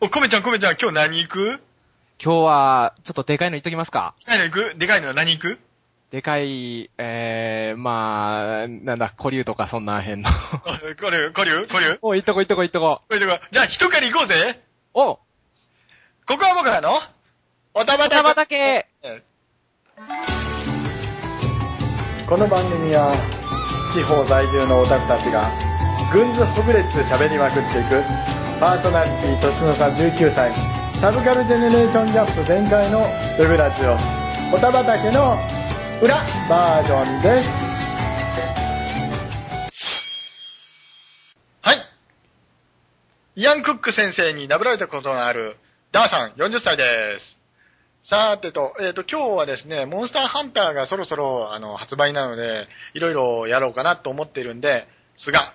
お、コメちゃん、コメちゃん、今日何行く今日は、ちょっとでかいの言っときますか。でかいの行くでかいのは何行くでかい、えー、まあ、なんだ、古流とかそんな辺の。あこれ、これ、これ、こ お、行っとこ行っとこ行っとこ。れとか。じゃあ、一狩り行こうぜ。お、ここは僕らの、おたばた花畑この番組は地方在住のオタクたちがぐんずほぐれつ喋りまくっていくパーソナリティ年の差19歳サブカルジェネレーションギャップ全開のウェブラジオオタ畑の裏バージョンですはい。イアン・クック先生に殴られたことのある、ダーさん、40歳です。さてと、えっ、と、今日はですね、モンスターハンターがそろそろ、あの、発売なので、いろいろやろうかなと思ってるんで、すが、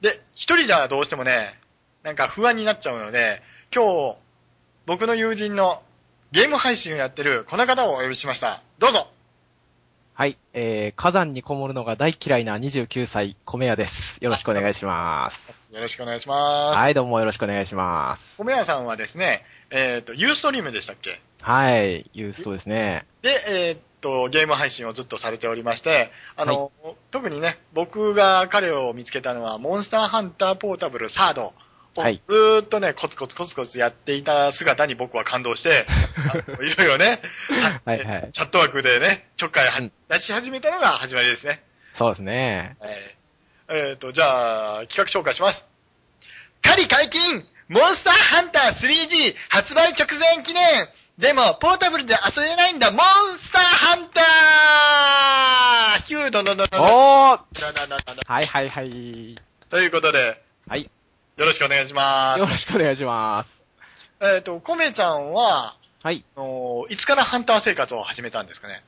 で、一人じゃどうしてもね、なんか不安になっちゃうので、今日、僕の友人のゲーム配信をやってる、この方をお呼びしました。どうぞはい、えー、火山にこもるのが大嫌いな29歳、米屋です。よろしくお願いします。よろしくお願いします。はい、どうもよろしくお願いします。米屋さんはですね、えっ、と、ユーストリームでしたっけはい、ユーストですね。で、えーっと、ゲーム配信をずっとされておりまして、あの、特にね、僕が彼を見つけたのは、モンスターハンターポータブルサードをはいずーっとね、コツコツコツコツやっていた姿に僕は感動 して、あのいろいろね、あはいはいチャット枠でね、ちょっかいはうん出し始めたのが始まりですね。そうですね。えーえーっと、じゃあ、企画紹介します。狩り解禁モンスターハンター 3G 発売直前記念でも、ポータブルで遊べないんだモンスターハンターヒュードのののののおーののはいはいはい。ということで、はい。よろしくお願いしまよろしくお願いします。す。えーっと、コメちゃんは、はい。あのーいつからハンター生活を始めたんですかね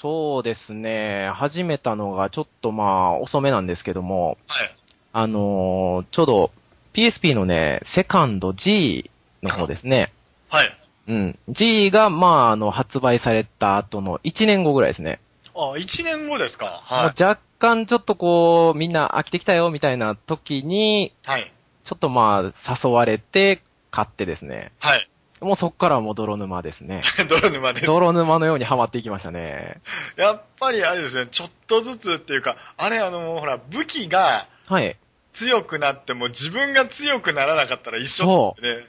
そうですね。始めたのがちょっとまあ遅めなんですけども、はい。あのーちょうど PSP のね、セカンド G の方ですね。はい。うん。G がまああの発売された後の1年後ぐらいですね。あ、1年後ですかはまあ若干ちょっとこう、みんな飽きてきたよみたいな時に、い。はい。ちょっとまあ誘われて買ってですね。はい。もうそっからはもう泥沼です ね。泥沼です。泥沼のようにハマっていきましたね。やっぱりあれですね、ちょっとずつっていうか、あれあの、ほら、武器がはい。強くなっても自分が強くならなかったら一緒ってね。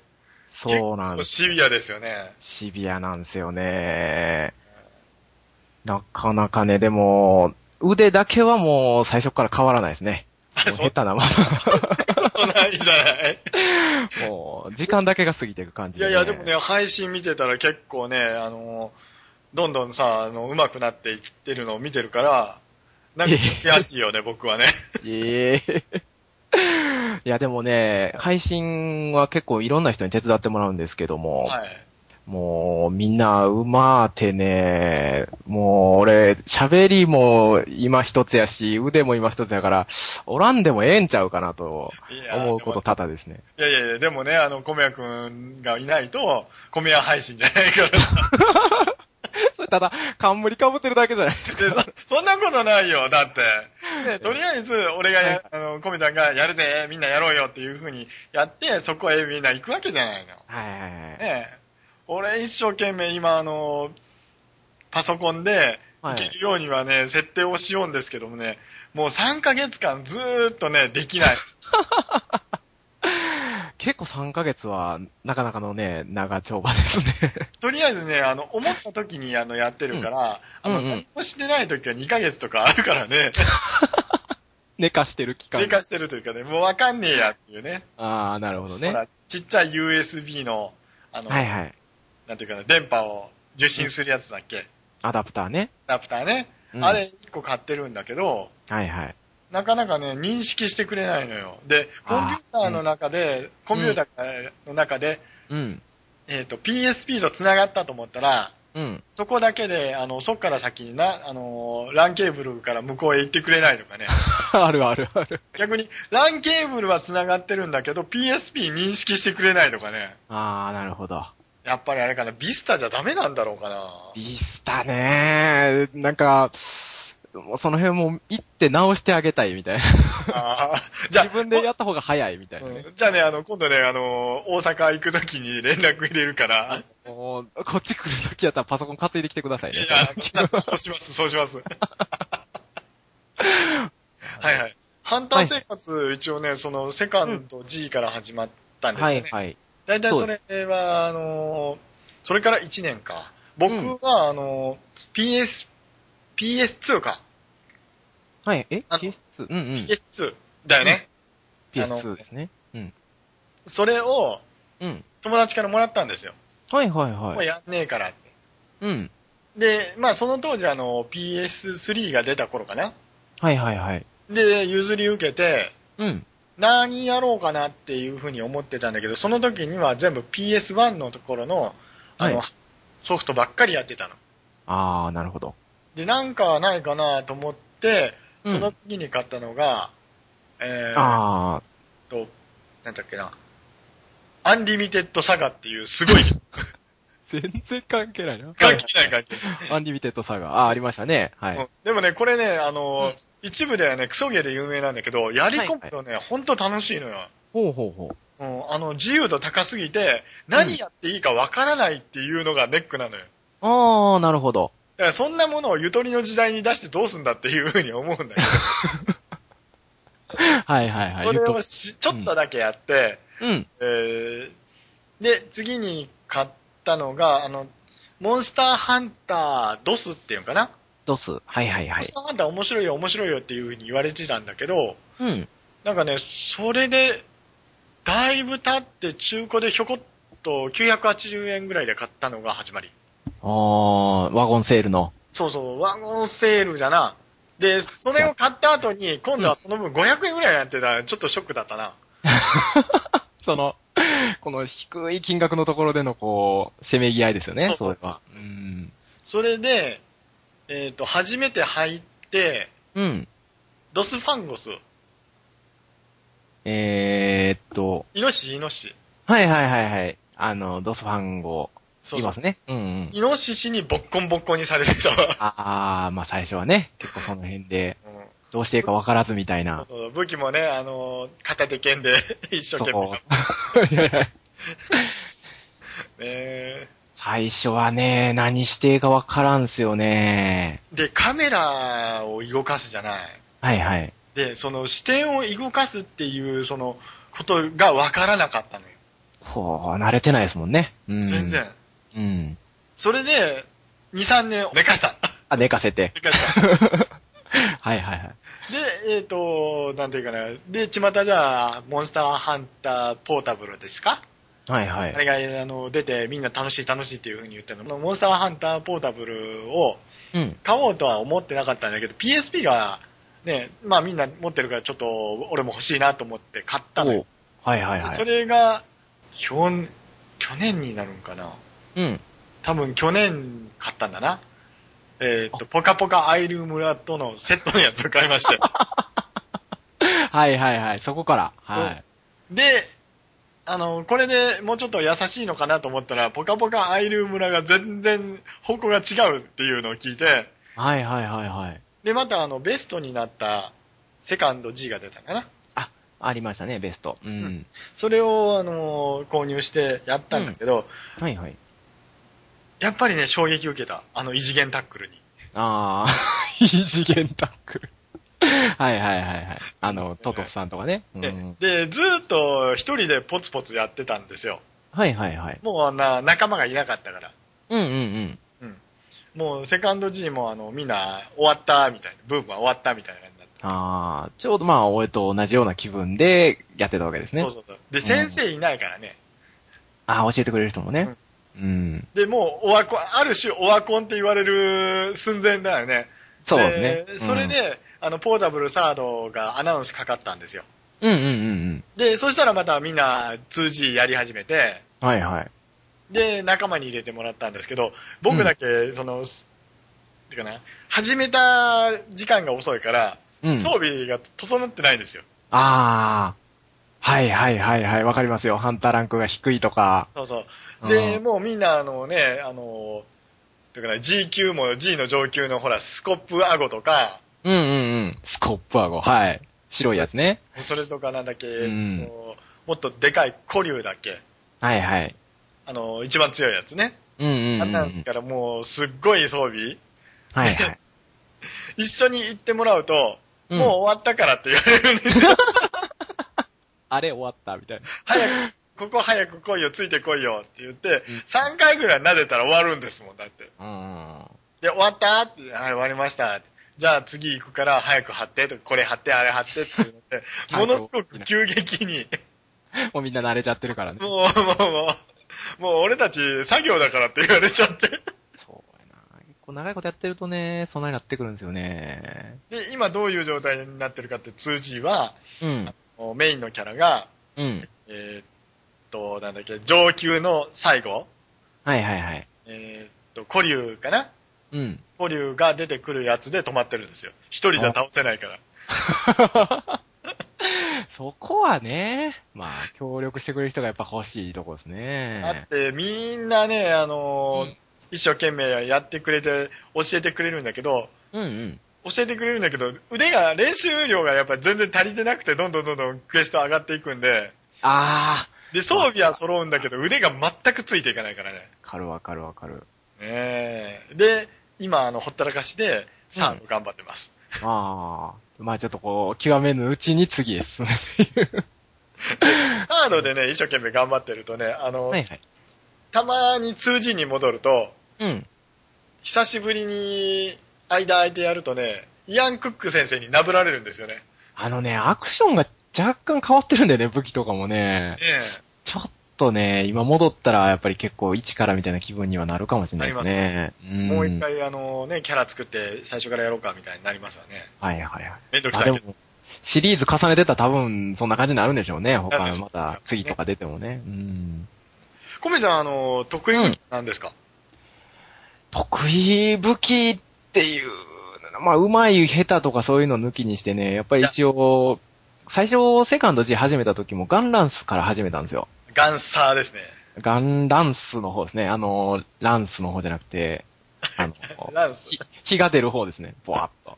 そうな結構んです。シビアですよね。シビアなんですよね。なかなかね、でも、腕だけはもう最初から変わらないですね。あも うそん下な手なまことないじゃない。 ま。もう、時間だけが過ぎていく感じいやいや、でもね、。配信見てたら結構ね、あの、どんどんさ、あの、上手くなっていってるのを見てるから、なんか悔しいよね、僕はね。ええいや、でもね、配信は結構いろんな人に手伝ってもらうんですけども、はい。もうみんなうまーてね、もう俺、喋りも今一つやし、腕も今一つやから、おらんでもええんちゃうかなといや思うこと多々ですね。いやいやいや、でもね、あの、米谷くんがいないと、米谷配信じゃないから。それ ただ、冠かぶってるだけじゃない。でそそんなことないよ、だって。で、とりあえず、俺がや、あの、コメちゃんがやるぜ、みんなやろうよっていう風にやって、そこへみんな行くわけじゃないの。はいはいはい。ねえ。俺一生懸命今、あの、パソコンで、はいいけるようにはね、設定をしようんですけどもね、もう3ヶ月間ずーっとね、で きない。結構3ヶ月は、なかなかのね、長丁場ですね。 とりあえずね、あの、思った時にあの、やってるから、うんあの、うんうん何もしてない時は2ヶ月とかあるからね、寝かしてる期間。経過してるというかね、もうわかんねえやっていうね。ああ、なるほどね。ほはら、ちっちゃい USB の、あの、いはい。なんていうかな、電波を受信するやつだっけ、アダプターね。アダプターね。うんあれ1個買ってるんだけど、はいはい。なかなかね、認識してくれないのよ。で、コンピューターの中で、コンピューターの中で、うん。えっ、と、PSP と繋がったと思ったら、うん。そこだけで、あの、そっから先にな、あの、LAN ケーブルから向こうへ行ってくれないとかね。 あるあるある。逆に、LAN ケーブルは繋がってるんだけど、PSP 認識してくれないとかね。ああ、なるほど。やっぱりあれかな、ビスタじゃダメなんだろうかな。ビスタねなんか、もうその辺も行って直してあげたいみたいな。あーじゃあ、自分でやった方が早いみたいなね。うんじゃあね、あの、今度ね、あの、大阪行くときに連絡入れるから、もう、こっち来るときやったらパソコン担いできてくださいいね。や、そうします、そうし ます。はいはい。ハンター生活、一応ね、その、セカンド G から始まったんですよはね。いはい。大体それは、あのー、それから1年か。僕は、あのー、PS、PS2 か。はい、えあの ?PS2? うんうん。 PS2 だよね。あの PS2 ですね。うん。それをうん。友達からもらったんですよ。はいはいもはうい。やんねえからって。うん。で、まあその当時あの PS3 が出た頃かな。はいはいはい。で、譲り受けて、うん。何やろうかなっていうふうに思ってたんだけど、その時には全部 PS1 のところの、あの、はいソフトばっかりやってたの。あー、なるほど。で、なんかないかなと思って、うんその次に買ったのが、えーっあと、なんだっけな、アンリミテッドサガっていう すごい、ー、全然関係ないな。関係ない関係ない。アンリミテッドサガ。あー、ありましたね。はうんい。でもね、これね、あの、うん一部ではね、クソゲーで有名なんだけど、やり込むとね、ほんと楽しいのよ。ほうほうほう。うん、あの、自由度高すぎて、何やっていいかわからないっていうのがネックなのよ。あー、なるほど。だからそんなものをゆとりの時代に出してどうすんだっていうふうに思うんだけど、はいはいはい。それ言うをしちょっとだけやって、とうん。えーで、次に買ったのが、あの、モンスターハンタードスっていうのかな、ドス。はいはいはモンいス。ターハンター面白いよ、面白いよっていうふうに言われてたんだけど、うん。なんかね、それで、だいぶ経って中古でひょこっと980円ぐらいで買ったのが始まり。あー、ワゴンセールの。そうそう、ワゴンセールじゃな。で、それを買った後に、今度はその分500円ぐらいになってたら、ちょっとショックだったな。その、 この低い金額のところでのこう、せめぎ合いですよね、そうそういえば。うん。それで、えっ、と、初めて入って、うん。ドスファンゴス、えーっと、イノシシ、イノシシ。はいはいはいはい。あの、ドスファンゴ、そういそうますね。うんうん。イノシシにボッコンボッコンにされてたわ。あー、まあ最初はね、結構その辺で、うんどうしていいかわからずみたいな。そうそう武器もね、あのー片手剣で 一生そう懸 命、ねいやいやえ最初はね、何していいかわからんすよね。で、カメラを動かすじゃない。はいはい。で、その視点を動かすっていう、その、ことが分からなかったのよ。こう、慣れてないですもんね。うん。全。然。うん。それで、2、3年寝かした。あ、寝かせて。寝か した。はいはいはい。で、えっ、と、なんていうかな。で、巷じゃあ、モンスターハンターポータブルですかはいはいあ。れが、あの、出てみんな楽しい楽しいっていう風に言ってるの。モンスターハンターポータブルをうん。買おうとは思ってなかったんだけど、PSP がね、まあみんな持ってるからちょっと俺も欲しいなと思って買ったのよ。おはいはいはい。それが、去、去年になるんかな。うん。多分去年買ったんだな。えっ、と、ポカポカアイル村とのセットのやつを買いまして。 はいはいはい。そこから。はい。で、あの、これでもうちょっと優しいのかなと思ったら、ポカポカアイル村が全然方向が違うっていうのを聞いて、はいはいはいはい。で、またあの、ベストになったセカンド G が出たかな。ありましたね、ベスト。うん。うんそれを、あの、購入してやったんだけど、はいはい。やっぱりね、衝撃受けた。あの、異次元タックルに。あー、異次元タックル。はいはいはいはい。あの、トトスさんとかね。うでん、でずーっと一人でポツポツやってたんですよ。はいはいはい。もうあんな、仲間がいなかったから。うんうんうん。もう、セカンド G もあの、みんな終わった、みたいな。ブームは終わった、みたいな感じになって。あー、ちょうどまあ、俺と同じような気分でやってたわけですね。そうそうそう。で、先生いないからね。あー、教えてくれる人もね。うん。で、もう、オワコン、ある種オワコンって言われる寸前だよね。そうですね。それで、あの、ポータブルサードがアナウンスかかったんですよ。うん。うんうんうんうん。で、そしたらまたみんな 2G やり始めて、はいはい。で、仲間に入れてもらったんですけど、僕だけ、その、てかな、始めた時間が遅いから、うん。装備が整ってないんですよ。あー。はいはいはいはい。わかりますよ。ハンターランクが低いとか。そうそう。で、うんもうみんな、あのね、あの、だから G 級も G の上級のほら、スコップアゴとか、うんうんうん。スコップアゴ。はい。白いやつね。それとかなんだっけ、んえっともっとでかい古竜だっけ、はいはい。あの、一番強いやつね。うんうん、あうんん。なんからもう、すっごい装備。はいはい。一緒に行ってもらうと、うんもう終わったからって言われるんですよ。あれ終わったみたいな。 早く、ここ早く来いよ、ついて来いよって言ってうん、 3回ぐらい撫でたら終わるんですもん、だって。うん。、で、終わったって、はい、終わりました。じゃあ次行くから早く貼って、とかこれ貼って、あれ貼ってっていうので はいものすごく急激に、 もうみんな慣れちゃってるからね。もう、もう、もう、もう俺たち作業だからって言われちゃって。そうやな。結構長いことやってるとね、そんなになってくるんですよね。で、今どういう状態になってるかって 2G は、うん。もうメインのキャラが、うん。えーっと、なんだっけ、上級の最後、はいはいはい。えーっと、古竜かなうん。古竜が出てくるやつで止まってるんですよ。一人じゃ倒せないから。そこはね、まあ、協力してくれる人がやっぱ欲しいとこですだねっ。てみんなね、あのーうん一生懸命やってくれて、教えてくれるんだけど、うんうん。教えてくれるんだけど、腕が、練習量がやっぱり全然足りてなくて、どんどんどんどんクエスト上がっていくんで、あで、装備は揃うんだけど、腕が全くついていかないからね。ー、わかるわかるわかる。ねえで、今、あの、ほったらかしで、サード頑張ってます。ああ、まあちょっとこう、極めぬうちに次へ進むっていう。サードでね、一生懸命頑張ってるとね、あの、はいはい。たまに 2G に戻ると、うん。久しぶりに間空いてやるとね、イアン・クック先生になぶられるんですよね。あのね、アクションが若干変わってるんだよね、武器とかもね。ええちょっとね、今戻ったらやっぱり結構一からみたいな気分にはなるかもしれないですね。んもう一。回、あのね、キャラ作って最初からやろうかみたいになりますわね。はいはいはい。めんどくあさでいけど。も、シリーズ重ねてたら多分そんな感じになるんでしょうね。他なるでしょまうた次とか出てもね。うん。コメちゃん、あの得意武器なんですか、得意武器っていう、まあ、うまい下手とかそういうの抜きにしてね、やっぱり一応、最初、セカンド G 始めた時もガンランスから始めたんですよ。ガンサーですね。ガンランスの方ですね。あの、ランスの方じゃなくて、あの、ランスひ火が出る方ですね。ぼわっと。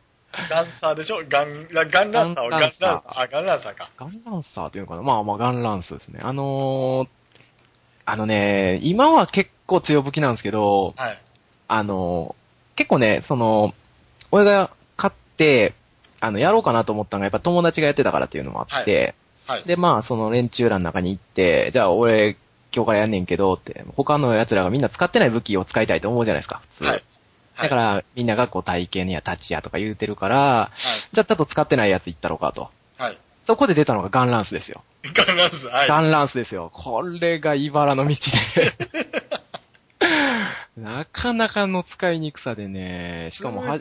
ガンサーでしょガン、ラガンランサーをガガンランランンサーサー。あ、ガンランサーか。ガンランサーっていうのかなまあまあガンランスですね。あのーあのね、今は結構強武器なんですけど、はい。あのー結構ね、その、俺が買って、あの、やろうかなと思ったのが、やっぱ友達がやってたからっていうのもあって、はい。で、まあ、その連中らの中に行って、じゃあ俺、今日からやんねんけどって、他の奴らがみんな使ってない武器を使いたいと思うじゃないですか、普通。はいはいだから、みんながこう体型にや立ちやとか言うてるから、じゃあちょっと使ってないやつ行ったろうかと。はい。そこで出たのがガンランスですよ。ガンランサー。はい。ガンランスですよ。これが茨の道で。 なかなかの使いにくさでね、しかもは、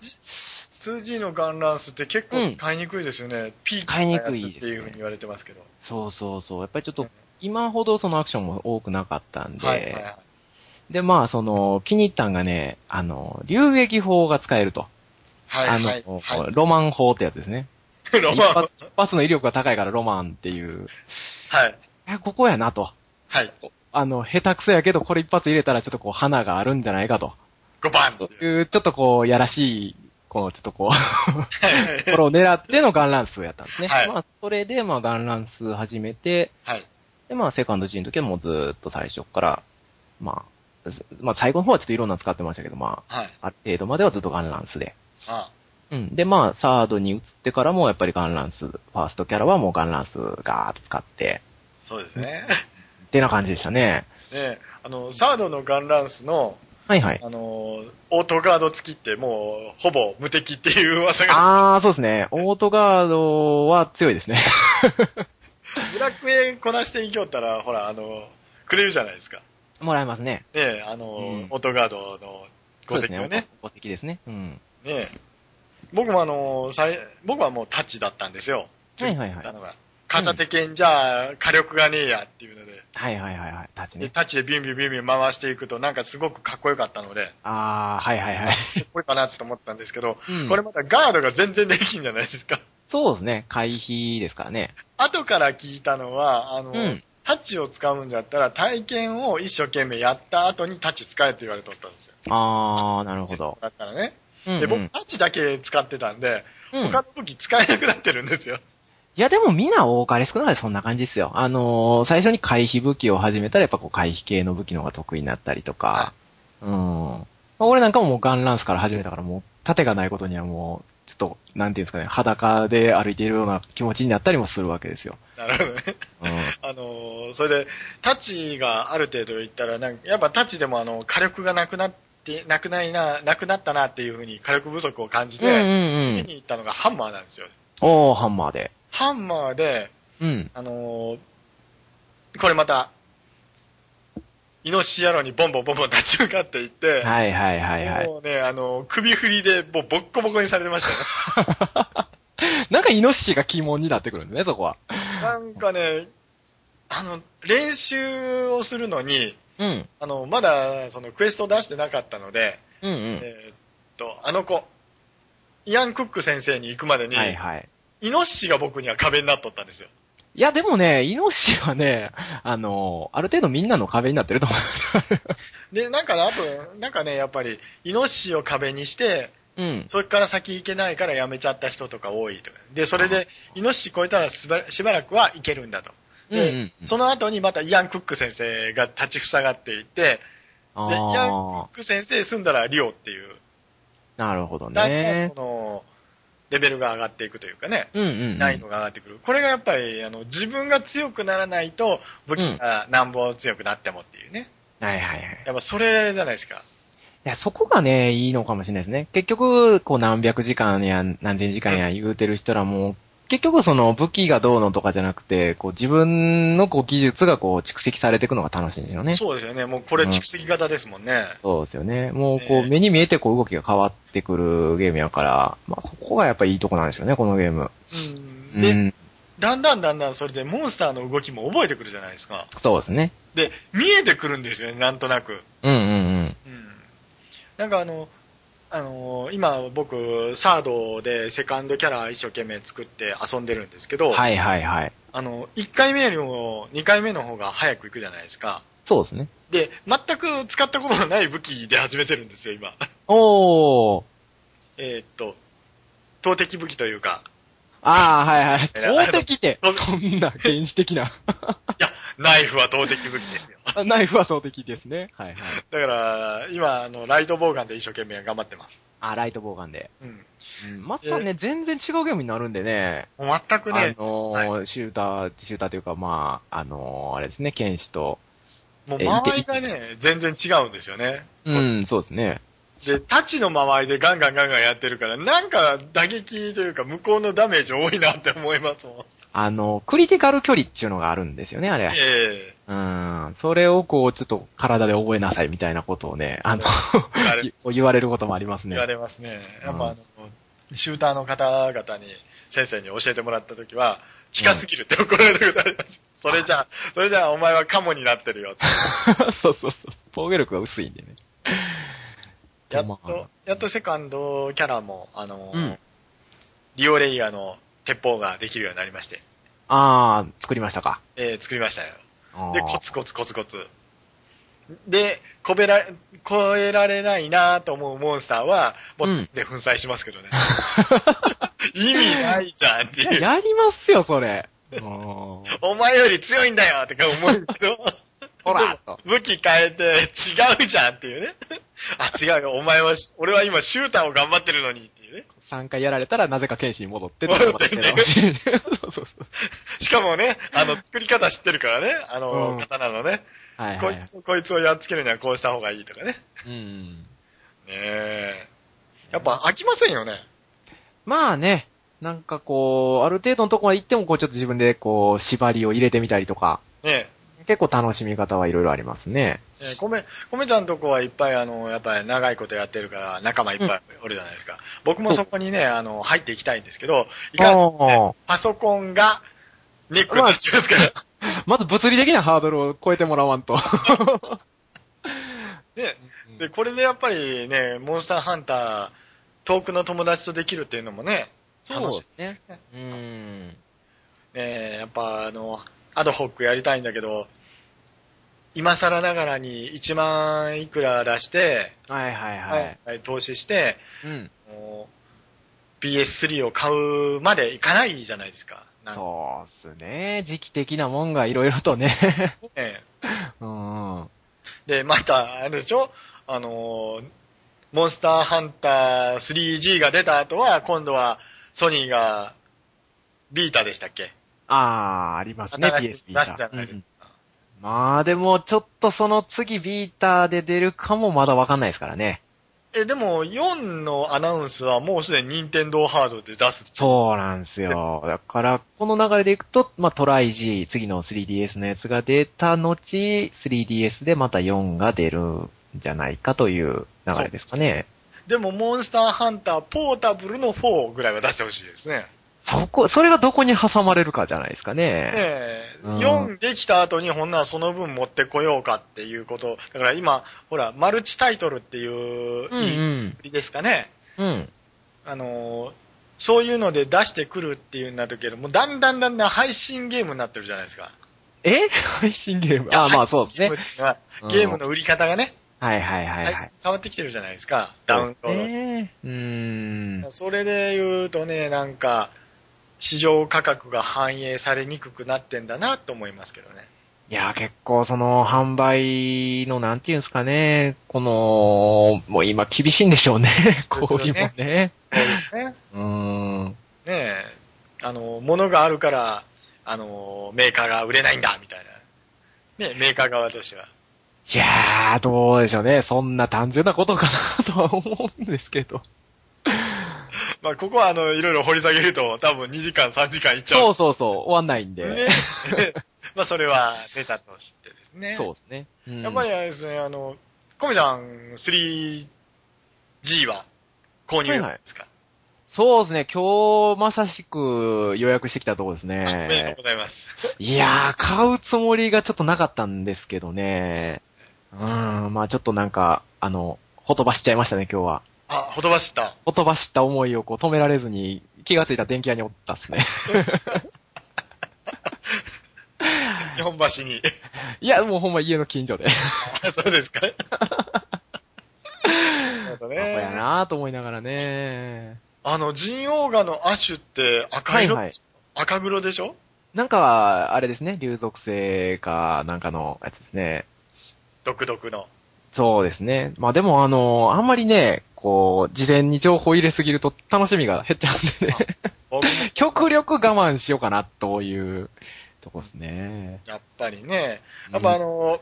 2G のガンランスって結構買いにくいですよね。ピーク買いのにやくいですつねっていうふうに言われてますけど。そうそうそう。やっぱりちょっと、今ほどそのアクションも多くなかったんで、はいはいはい。で、まあ、その、気に入ったんがね、あの、流撃砲が使えると。はいはいあの、はロマン砲ってやつですね。 い。ロ一マン。発一発の威力が高いからロマンっていう。はい。いやここやなと。はい。あの、下手くそやけど、これ一発入れたらちょっとこう、花があるんじゃないかと。 5番そういう、ちょっとこう、やらしい、こう、ちょっとこう、はいところを狙ってのガンランスをやったんですね。はいまあ、それで、まあ、ガンランス始めて、はい。で、まあ、セカンド G の時はもうずーっと最初から、まあ、まあ、最後の方はちょっといろんなの使ってましたけど、まはい。あ、ある程度まではずっとガンランスで。あうん。で、まあ、サードに移ってからも、やっぱりガンランス、ファーストキャラはもうガンランスガーッと使って、そうです ね。ってな感じでしたね。ねあの、サードのガンランスの、はいはい。あの、オートガード付きってもう、ほぼ無敵っていう噂が、あー、そうですね。オートガードは強いですね。 ブラックエこなしていきよったら、ほら、あの、くれるじゃないですか。もらえますね。ねあの、うんオートガードのそ5うです席をね。。五石ですね。うん。ね僕もあの、さい僕はもうタッチだったんですよ。はいはいはいあの片手剣じゃ火力がねえやっていうので、はいはいはいはい。タッチでね。タッチでビュンビュンビュンビュン回していくとなんかすごくかっこよかったので、あー、はいはいはい。これかなと思ったんですけど、うんこれまたガードが全然できんじ ゃないですか。そうですね。回避ですからね。後から聞いたのは、あの、うんタタッチを使うんだったら、体験を一生懸命やった後にタッチ使えって言われとったんですよ。あー、なるほど。だったらね。うんうんで、僕、タッチだけ使ってたんで、うん他の武器使えなくなってるんですよ。 いや、でもみんな多かれ少なかれそんな感じですよ。あのー最初に回避武器を始めたら、やっぱこう回避系の武器の方が得意になったりとか。うん。まあ俺なんかももうガンランスから始めたから、もう盾がないことにはもう、ちょっと、なんていうんですかね、裸で歩いているような気持ちになったりもするわけですよ。なるほどね。うん。あのーそれで、タッチがある程度いったら、なんかやっぱタッチでもあの火力がなくなって、なくないな、なくなったなっていうふうに火力不足を感じうんうて、んう見ん。に行ったのがハンマーなんですよ。おー、ハンマーで。ハンマーで、うん。あのーこれまた、イノシシ野郎にボンボンボンボン立ち向かっていって、はいはいはいはい。もうね、あのー首振りでもうボッコボコにされてましたよ。 なんかイノシシが鬼門になってくるんですね、そこは。 なんかね、あの、練習をするのに、うん。あの、まだ、その、クエスト出してなかったので、うんうん。えーっと、あの子、イアン・クック先生に行くまでに、はいはい。イノシシが僕には壁になっとったんですよ。いや、でもね、イノシシはね、あのーある程度みんなの壁になってると思う。で、なんかね、あと、なんかね、やっぱり、イノシシを壁にして、うん。それから先行けないからやめちゃった人とか多いとか。で、それで、イノシシ超えたらすばしばらくは行けるんだと。うんで、うんうんその後にまたイアン・クック先生が立ち塞がっていって、あで、イアン・あクック先生住んだらリオっていう、ー、なるほどだんだんねそ。の、レベルが上がっていくというかね。うんうんうん。難易度が上がってくる。これがやっぱり、あの、自分が強くならないと、武器がなんぼ強くなってもっていうね。はいはいはい。やっぱそれじゃないですか。いや、そこがね、いいのかもしれないですね。結局、こう何百時間や何千時間や言うてる人らも、結局その武器がどうのとかじゃなくて、こう自分のこう技術がこう蓄積されていくのが楽しいんですよね。そうですよね。もうこれ蓄積型ですもんね。そうですよね。もうこえうえ目に見えてこう動きが変わってくるゲームやから、まあそこがやっぱいいとこなんでしょうね、このゲーム。うん。うで、ん。だんだんだんだんそれでモンスターの動きも覚えてくるじゃないですか。そうですね。で、見えてくるんですよね、なんとなく。うんうんうん。なんかあの、あのー今僕、サードでセカンドキャラ一生懸命作って遊んでるんですけど、うん。はいはいはい。あの、1回目よりも2回目の方が早く行くじゃないですか。そうですね。で、全く使ったことのない武器で始めてるんですよ、今。 おー。えーっと、投擲武器というか、ああ、はいはい。いや投擲って、あのそんな原始的 な。いや、ナイフは投擲武器 ですよ。ナイフは投擲ですね。はいはい。だから、今、あの、ライトボウガンで一生懸命頑張ってます。あ、ライトボウガンで。うん。うんまたね、全然違うゲームになるんでね。もう全あくね、のーシューター、シューターというか、まあ、あのーあれですね、剣士と。もうえ間合いがね、全然違うんですよね。うん、そうですね。で、太刀の間合いでガンガンガンガンやってるから、なんか打撃というか、向こうのダメージ多いなって思いますもん。あの、クリティカル距離っていうのがあるんですよね、あれ。えうん。それをこう、ちょっと体で覚えなさいみたいなことをね、あの、えあれ 言われることもありますね言わ。れますね。やっぱあの、シューターの方々に、先生に教えてもらったときは、近すぎるって怒られたことあります。それじゃあ、それじゃあお前はカモになってるよって。 そうそうそう。防御力が薄いんでね。やっまあと、やっとセカンドキャラも、あの、うんリオレイヤーの鉄砲ができるようになりまして、ああ、作りましたか。えー作りましたよ。あーで、コツコツコツコツ。で、こべら、超えられないなと思うモンスターは、もううん鉄で粉砕しますけどね。 意味ないじゃんっていいやう。やりますよ、それ。 もうお前より強いんだよとか思うけど、ほらと。武器変えて違うじゃんっていうね。あ、違うよ。お前は、俺は今シューターを頑張ってるのにっていうね。 3回やられたら、なぜか剣士に戻って戻ってね そうそうそう。しかもね、あの、作り方知ってるからね。あの、うん刀のね。はいはこいい。つ、こいつをやっつけるにはこうした方がいいとかね。うん。ねえ。やっぱ飽きませんよね。まあね、なんかこう、ある程度のとこまで行っても、こうちょっと自分でこう、縛りを入れてみたりとか、ね結構楽しみ方はいろいろありますね。え。ねえ米、米ちゃんとこはいっぱいあの、やっぱり長いことやってるから仲間いっぱいおるじゃないですか。僕もそこにね、あの、入っていきたいんですけど、いかんおーパソコンがネックになっちゃいますから。まず物理的なハードルを超えてもら わんと。で、で、これでやっぱりね、モンスターハンター、遠くの友達とできるっていうのもね、楽しい。ね。うん。ねやっぱあの、アドホックやりたいんだけど、今更ながらに1万いくら出して、はいはいはい。はい投資して、うん。もう PS3 を買うまでいかないじゃないですか。なんかそうっすね。時期的なもんがいろいろと ね。ねうんうん。で、また、あれでしょあのー、モンスターハンター 3G が出た後は、今度はソニーがビータでしたっけあー、ありますね、新し PS いビ出すじゃータ。ないですか。うんまあでも、ちょっとその次ビーターで出るかもまだわかんないですからね。え、でも4のアナウンスはもうすでに任天堂ハードで出すってそうなんですよ。だから、この流れでいくと、まあトライ G、次の 3DS のやつが出た後、3DS でまた4が出るんじゃないかという流れですかね。でもモンスターハンターポータブルの4ぐらいは出してほしいですね。そこ、それがどこに挟まれるかじゃないですか ねね。え、うん4できた後にほんならその分持ってこようかっていうこと。だから今、ほら、マルチタイトルっていううん言いっうん。ぷりですかね。うん。あのーそういうので出してくるっていうんだけど、もうだんだんだんだん配信ゲームになってるじゃないですか。え 配信ゲームあ、まあそうですね配。信ゲームっていうのはゲームの売り方がね、はいはいはいはい配。信変わってきてるじゃないですか、ダウンロード。ねうーん。それで言うとね、なんか、市場価格が反映されにくくなってんだなと思いますけどね。いや、結構その、販売の、なんていうんですかね、この、もう今厳しいんでし ょうね。こういうもんね。そうです ね。うーん。ねえ、あの、物があるから、あの、メーカーが売れないんだ、みたいな。ねえメーカー側としては。いやー、どうでしょうね。そんな単純なことかなとは思うんですけど。まあ、ここは、あの、いろいろ掘り下げると、多分2時間、3時間いっちゃうそうそうそう、終わんないんで。ね。まあ、それは出たとしてですね。そうですね。うんやっぱりあれですね、あの、コメちゃん 3G は購入ですか、そうですね。今日まさしく予約してきたとこですおめでとうね。ございます。いやー、買うつもりがちょっとなかったんですけどね。うーん、まあちょっとなんか、あの、ほとばしちゃいましたね、今日は。あ、ほとばしった。ほとばしった思いをこう止められずに、気がついた電気屋におったっすね。日本橋に。いや、もうほんま家の近所で。あそうです かそうだアホやね。なーと思いながらね。あの、ジンオーガのアッシュって赤はい色、はい。赤黒でしょなんか、あれですね、流属性かなんかのやつですね。独特 の。そうですね。まあでもあの、あんまりね、こう、事前に情報入れすぎると楽しみが減っちゃうんでね。僕も極力我慢しようかな、というとこですね。やっぱりね、やっぱあの、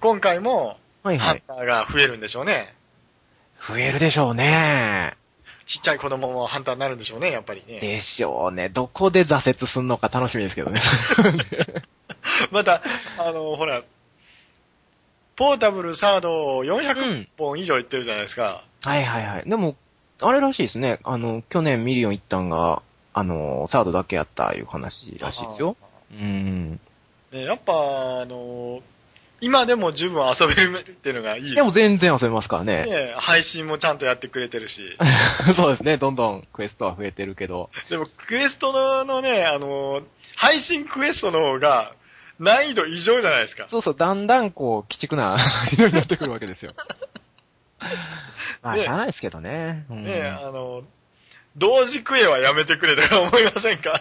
今回もはいはハンい。ターが増えるんでしょうね。増えるでしょうね。ちっちゃい子供もハンターになるんでしょうね、やっぱりね。でしょうね。どこで挫折すんのか楽しみですけどね。また、あの、ほら、ポータブルサードう400ん本以上いってるじゃないですか。 はいはいはい。でも、あれらしいですね。あの、去年ミリオン一旦が、あの、サードだけやったいう話らしいですよ。うん。ね、やっぱ、あの、今でも十分遊べるっていうのがいい。でも全然遊べますからね。ね、配信もちゃんとやってくれてるし。そうですね。どんどんクエストは増えてるけど。でも、クエストのね、あの、配信クエストの方が難易度異常じゃないですか。そうそう、だんだんこう、鬼畜な 色になってくるわけ ですよ。まあ、ねしゃあないですけどね。うんね、あの、同時クエはやめてくれとか思いませんか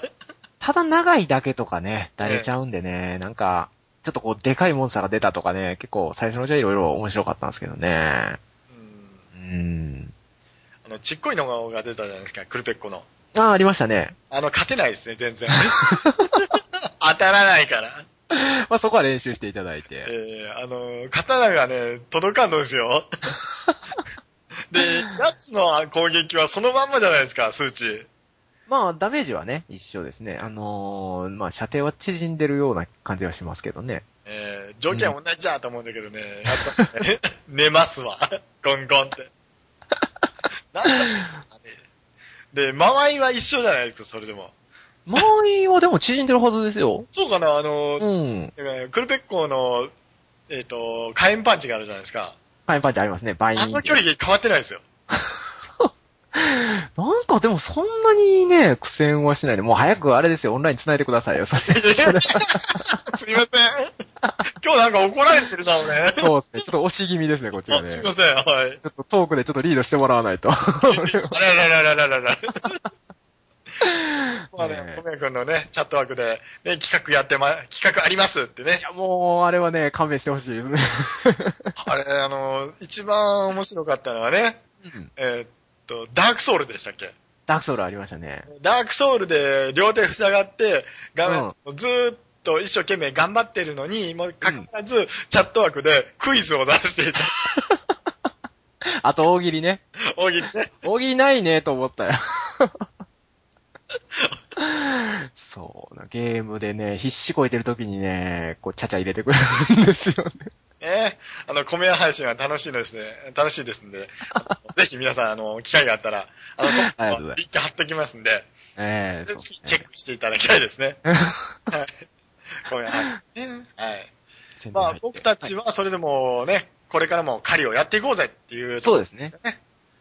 ただ長いだけとかね、だれちゃうんでね、なんか、ちょっとこう、でかいモンスターが出たとかね、結構最初のうちはいろいろ面白かったんですけどね。うんうん。あの、ちっこいのが出たじゃないですか、クルペッコの。ああ、ありましたね。あの、勝てないですね、全 然。当たらないから。まあ、そこは練習していただいて。えー、あの、刀がね、届かんのです よ。で、やつの攻撃はそのまんまじゃないですか、数値。まあ、ダメージはね、一緒ですね。あのー、まあ、射程は縮んでるような感じはしますけどね。えー、条件同じだと思うんだけどね、やっぱ、ね、 寝ますわ。ゴンゴンって。なんだろうなあれで、間合いは一緒じゃないですか、それでも。周りはでも縮んでるはずですよ。そうかな、あの、うん。だからクルペッコーの、えっ、と、火炎パンチがあるじゃないですか。はい、パンチありますね。バイン。あの距離変わってないですよ。なんかでもそんなにね、苦戦はしないで、もう早くあれですよ、オンライン繋いでくださいよ、 それ。すいません。今日なんか怒られてるな、俺。そうですね。ちょっと押し気味ですね、こっちはあね。すいちません、はい。ょっとトークでちょっとリードしてもら わないと。あららららららら。 まあねねえ、小宮君のね、チャットワークで、ね、企画やってま、企画ありますってねい。や、もう、あれはね、勘弁してほしいですね。あれ、あの、一番面白かったのはね、うんえーっと、ダークソウルでしたっけ ダークソウルありましたね。ダークソウルで両手塞がって、画面、ずーっと一生懸命頑張ってるのに、もうかかわらず、チャットワークでクイズを出して いた。あと、大喜利ね。大喜利ね。大喜利ないね、と思った よ。そうな、ゲームでね、必死こいてる時にね、こう、ちゃちゃ入れてくるんですよね。ねあの、コメア配信は楽しいのですね。楽しいですん で、あのぜひ皆さん、あの、機会があったら、あの、ありがとうございますリンク貼っときますんで、ええぜそうひ ね、チェックしていただきたいですね。はい。コメア配信ね。はい。まあ、僕たちははそれでもね、これからも狩りをやっていこうぜっていう、いそうでですね。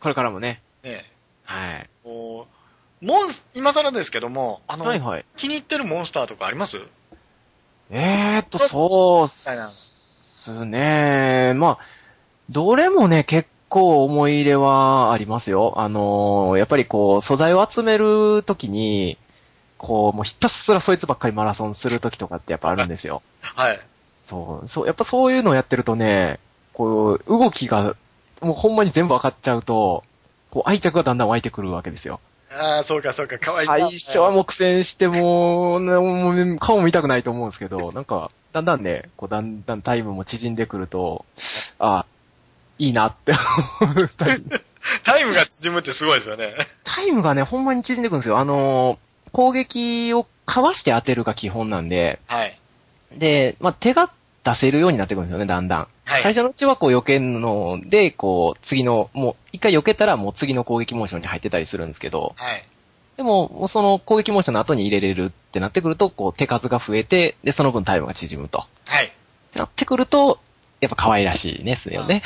これからもね。す。ね、はい。もう、モンス、今更ですけども、あの、はいはい。気に入ってるモンスターとかありますみえーっと、そうったいな。すね。まあ、どれもね、結構思い入れはありますよ。あのーやっぱりこう、素材を集めるときに、こう、もうひたすらそいつばっかりマラソンするときとかってやっぱあるんですよ。はい。そう、そう、やっぱそういうのをやってるとね、こう、動きが、もうほんまに全部分かっちゃうと、こう、愛着がだんだん湧いてくるわけですよ。ああ、そうかそうか、かわいいな。最初はもう苦戦してもう、ねもう顔も見たくないと思うんですけど、なんか、だんだんね、こう、だんだんタイムも縮んでくると、あいいなって思うタイム。タイムが縮むってすごいですよね。タイムがね、ほんまに縮んでくるんですよ。あのー攻撃をかわして当てるが基本なんで、はい。で、まあ、手が出せるようになってくるんですよね、だんだん。はい。最初のうちはこう避けんので、こう、次の、もう、一回避けたらもう次の攻撃モーションに入ってたりするんですけど、はい。でも、もうその攻撃モーションの後に入れれるってなってくると、こう、手数が増えて、で、その分タイムが縮むと。はい。ってなってくると、やっぱ可愛らしいですよね。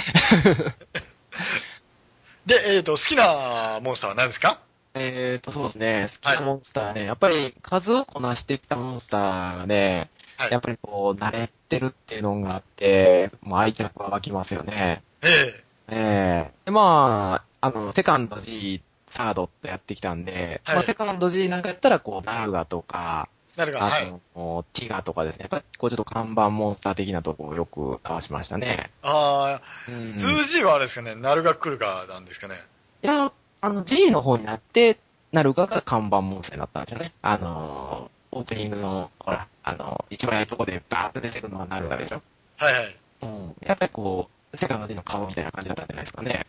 で、えっ、と、好きなモンスターは何ですかえーと、そうですね。好きはないモンスターね。やっぱり数をこなしてきたモンスターがね、はいやっぱりこう、慣れてるっていうのがあって、もう愛着は湧きますよね。ええええで、まあ、あの、セカンド G、サードってやってきたんで、はいまあ、セカンド G なんかやったら、こう、ナルガとか、なるか、はあい。と、ティガとかですね。やっぱり、こう、ちょっと看板モンスター的なとこをよく倒しましたね。あうんあ、。2G はあれですかね、なるが来るかなんですかね。いや、あの、G の方になって、ナルガが看板モンスターになったんですよね。あのー、オープニングの、ほら、あの、一番いいとこでバーッと出てくるのがナルガでしょ。はいはい。うん。やっぱりこう、セカンド G の顔みたいな感じだったんじゃないですかね。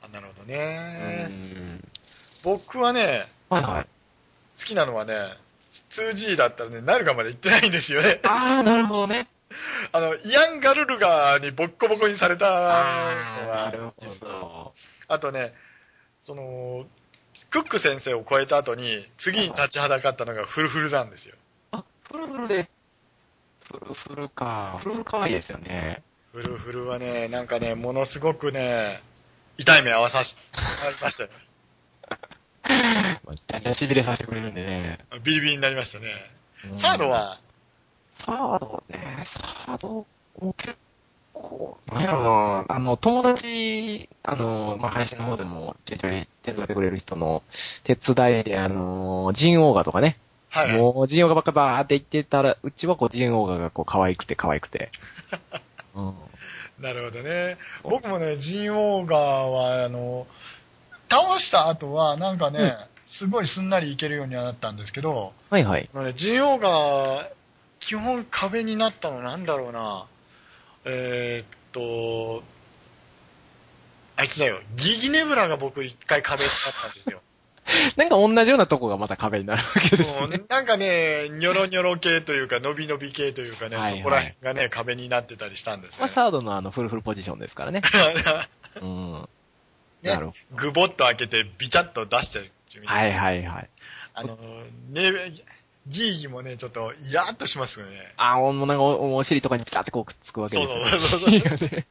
あなるほどうね、ん。僕はね、はいはい。好きなのはね、2G だったらね、ナルガまで行ってないんですよね。 あー、なるほどね。あの、イアン・ガルルガにボッコボコにされたのあーなはるほど。あとね、その、クック先生を超えた後に、次に立ちはだかったのがフルフルなんですよ。あ、フルフルで。フルフルか。フルフル可愛いですよね。フルフルはね、なんかね、ものすごくね、痛い目合わさし、ありましたよ。まあだいたい痺れさせてくれるんでね。ビリビリになりましたね。うんサードは、サードね、サードも結構、なんやろな、あの、友達、あの、まあ、配信の方でも、ちょいちょい手伝ってくれる人の手伝いで、あの、ジンオーガとかね。はい、はい。もう、ジンオーガばっかばーって言ってたら、うちはこう、ジンオーガがこう、可愛くて可愛くて。うん。なるほどね。僕もね、ジンオーガーは、あの、倒した後は、なんかね、うんすごいすんなりいけるようにはなったんですけど、はいはい。あのね、ジンオーガー、基本壁になったのなんだろうな。えーっと、あいつだよ、ギギネブラが僕一回壁になったんですよ。なんか同じようなとこがまた壁になるわけですもね。う なんかね、ニョロニョロ系というか、伸び伸び系というかね、はいはいそこら辺がね、壁になってたりしたんですまよあ、サードのあの、フルフルポジションですからね。 うん。ねなるほど。ぐぼっと開けて、ビチャッと出しちゃうっていうみたいな。はいはいはい。あの、ね、ギーギもね、ちょっとイラっとしますよね。あ、お、もうなんかお、お尻とかにピタってこうくっつくわけそでうすそうそよねうそう。いいよね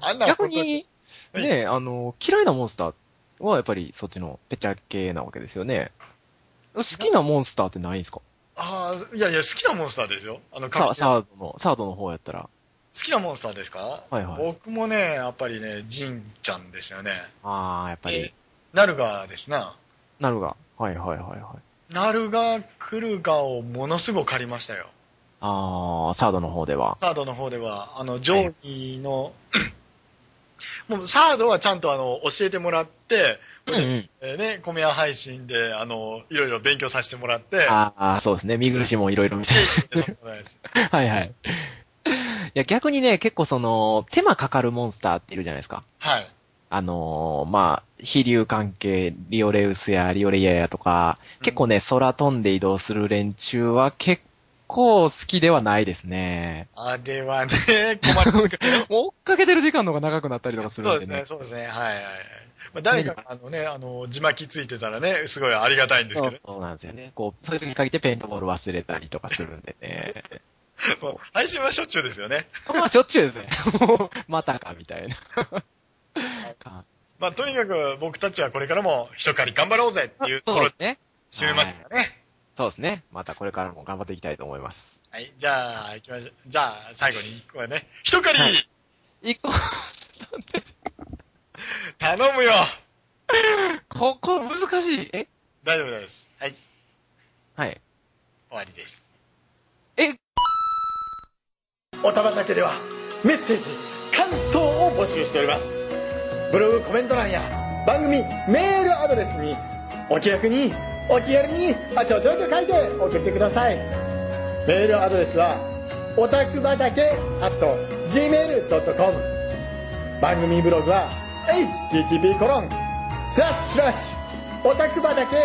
あんな逆本当にに、はいねえ、あの、嫌いなモンスターはやっぱりそっちのペチャ系なわけですよね。好きなモンスターってないんですかああ、いやいや、好きなモンスターですよ。あの、サ好サードの、サードの方やったら。きなモンスターですかはいはい。僕もね、やっぱりね、ジンちゃんですよね。ああ、やっぱりえ、ナルガですな。なるが。はいはいはいはい。ナルガ、クルガをものすごく借りましたよ。ああ、サードの方では。サードの方では、あの、上位の、 もうサードはちゃんとあの、教えてもらって、うんうん。えーね、コメア配信で、あの、いろいろ勉強させてもらって、ああ、そうですね。見苦しもいろいろ 見て。でそんなことないですはいはい。いや、逆にね、結構その、手間かかるモンスターっているじゃないですか。はい。あのーまあ、飛竜関係、リオレウスやリオレイヤやとか、結構ね、空飛んで移動する連中は結構好きではないですね。あれは ね、困る。もう追っかけてる時間の方が長くなったりとかするそうんでですねね、。そうですね、はいはいはい。まあ、誰かがあのね、あの、字巻きついてたらね、すごいありがたいんですそけうどね、そうなんですよね。こう、そういう時に限ってペントボール忘れたりとかするんでね。もう配信はしょっちゅうですよね。まあ、しょっちゅうですね。もう、またか、みたいな。かまあ、とにかく僕たちはこれからも一狩り頑張ろうぜっていうとこそうろで、すね。締めましたね。そうですね。またこれからも頑張っていきたいと思います。はい、じゃあ、行きましょう。じゃあ、最後に一個はね、一狩り、はい一個、頼むよここ難しい。え大丈夫です。はい、終はい。わりです。え、おたばたけではメッセージ感想を募集しておりますブログコメント欄や番組メールアドレスにお気楽にお気軽にあちょちょいと書いて送ってくださいメールアドレスはおたくばたけ gmail.com 番組ブログは http コロンスラッシュスラッシュおたくばたけ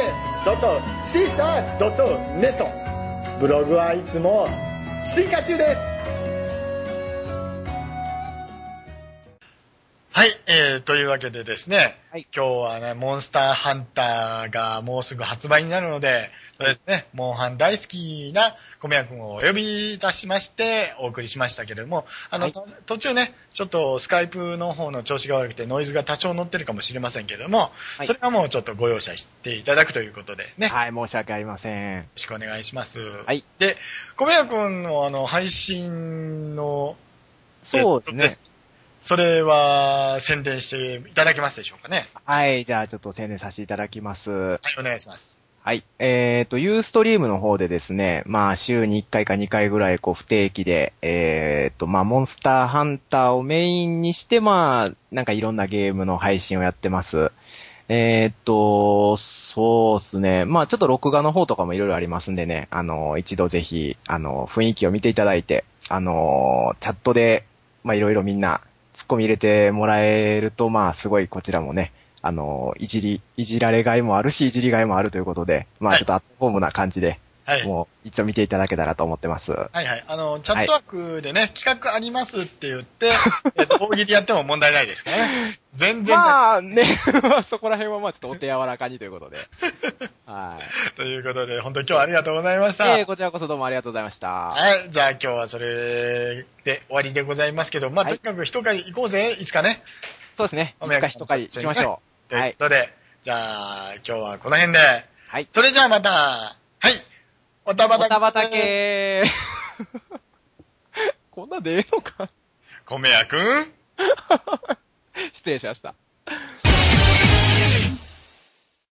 .caesar.net ブログはいつも進化中ですはい、えー、というわけでですね、はい今日はね、モンスターハンターがもうすぐ発売になるので、そうですね、モンハン大好きな小宮君をお呼び出しまして、お送りしましたけれども、あの、はいと途中ね、ちょっとスカイプの方の調子が悪くてノイズが多少乗ってるかもしれませんけれども、はいそれはもうちょっとご容赦していただくということでね、よはい、申し訳ありません。ろしくお願いします。はいで、小宮君のあの、配信の、そうですえねっと。それは宣伝していただけますでしょうかね。はい、じゃあちょっと宣伝させていただきます。はい、お願いします。はい。えっ、と、ユーストリームの方でですね、まあ、週に1回か2回ぐらい、こう、不定期で、えっ、と、まあ、モンスターハンターをメインにして、まあ、なんかいろんなゲームの配信をやってます。えっ、と、そうですね。まあ、ちょっと録画の方とかもいろいろありますんでね、あの、一度ぜひ、あの、雰囲気を見ていただいて、あの、チャットで、まあ、いろいろみんな、ツッコミ入れてもらえると、まあ、すごいこちらもね、あの、いじり、いじられがいもあるし、いじりがいもあるということで、まはあいちょっとアットホームな感じで、はい。もう一度見ていただけたらと思ってます。はいはい。あの、チャットワークでね、企画ありますって言 って、えっと、大喜利やっても問題ないですからね。全然なまあね、そこら辺はまあちょっとお手柔らかにという ことで。はい。い。ということで、本当に今日はありがとうございました。えーこちらこそどうもありがとうございました。はい。じゃあ今日はそれで終わりでございますけど、まあ、はいとにかく一回行こうぜ、いつかね。そうですね。お一願い回し一ます回行きましょう。とはいうい。ことで、じゃあ今日はこの辺で。はい。それじゃあまた、はい。おたばたおたばた。け こんなんでええのか 米谷くん。失礼しました。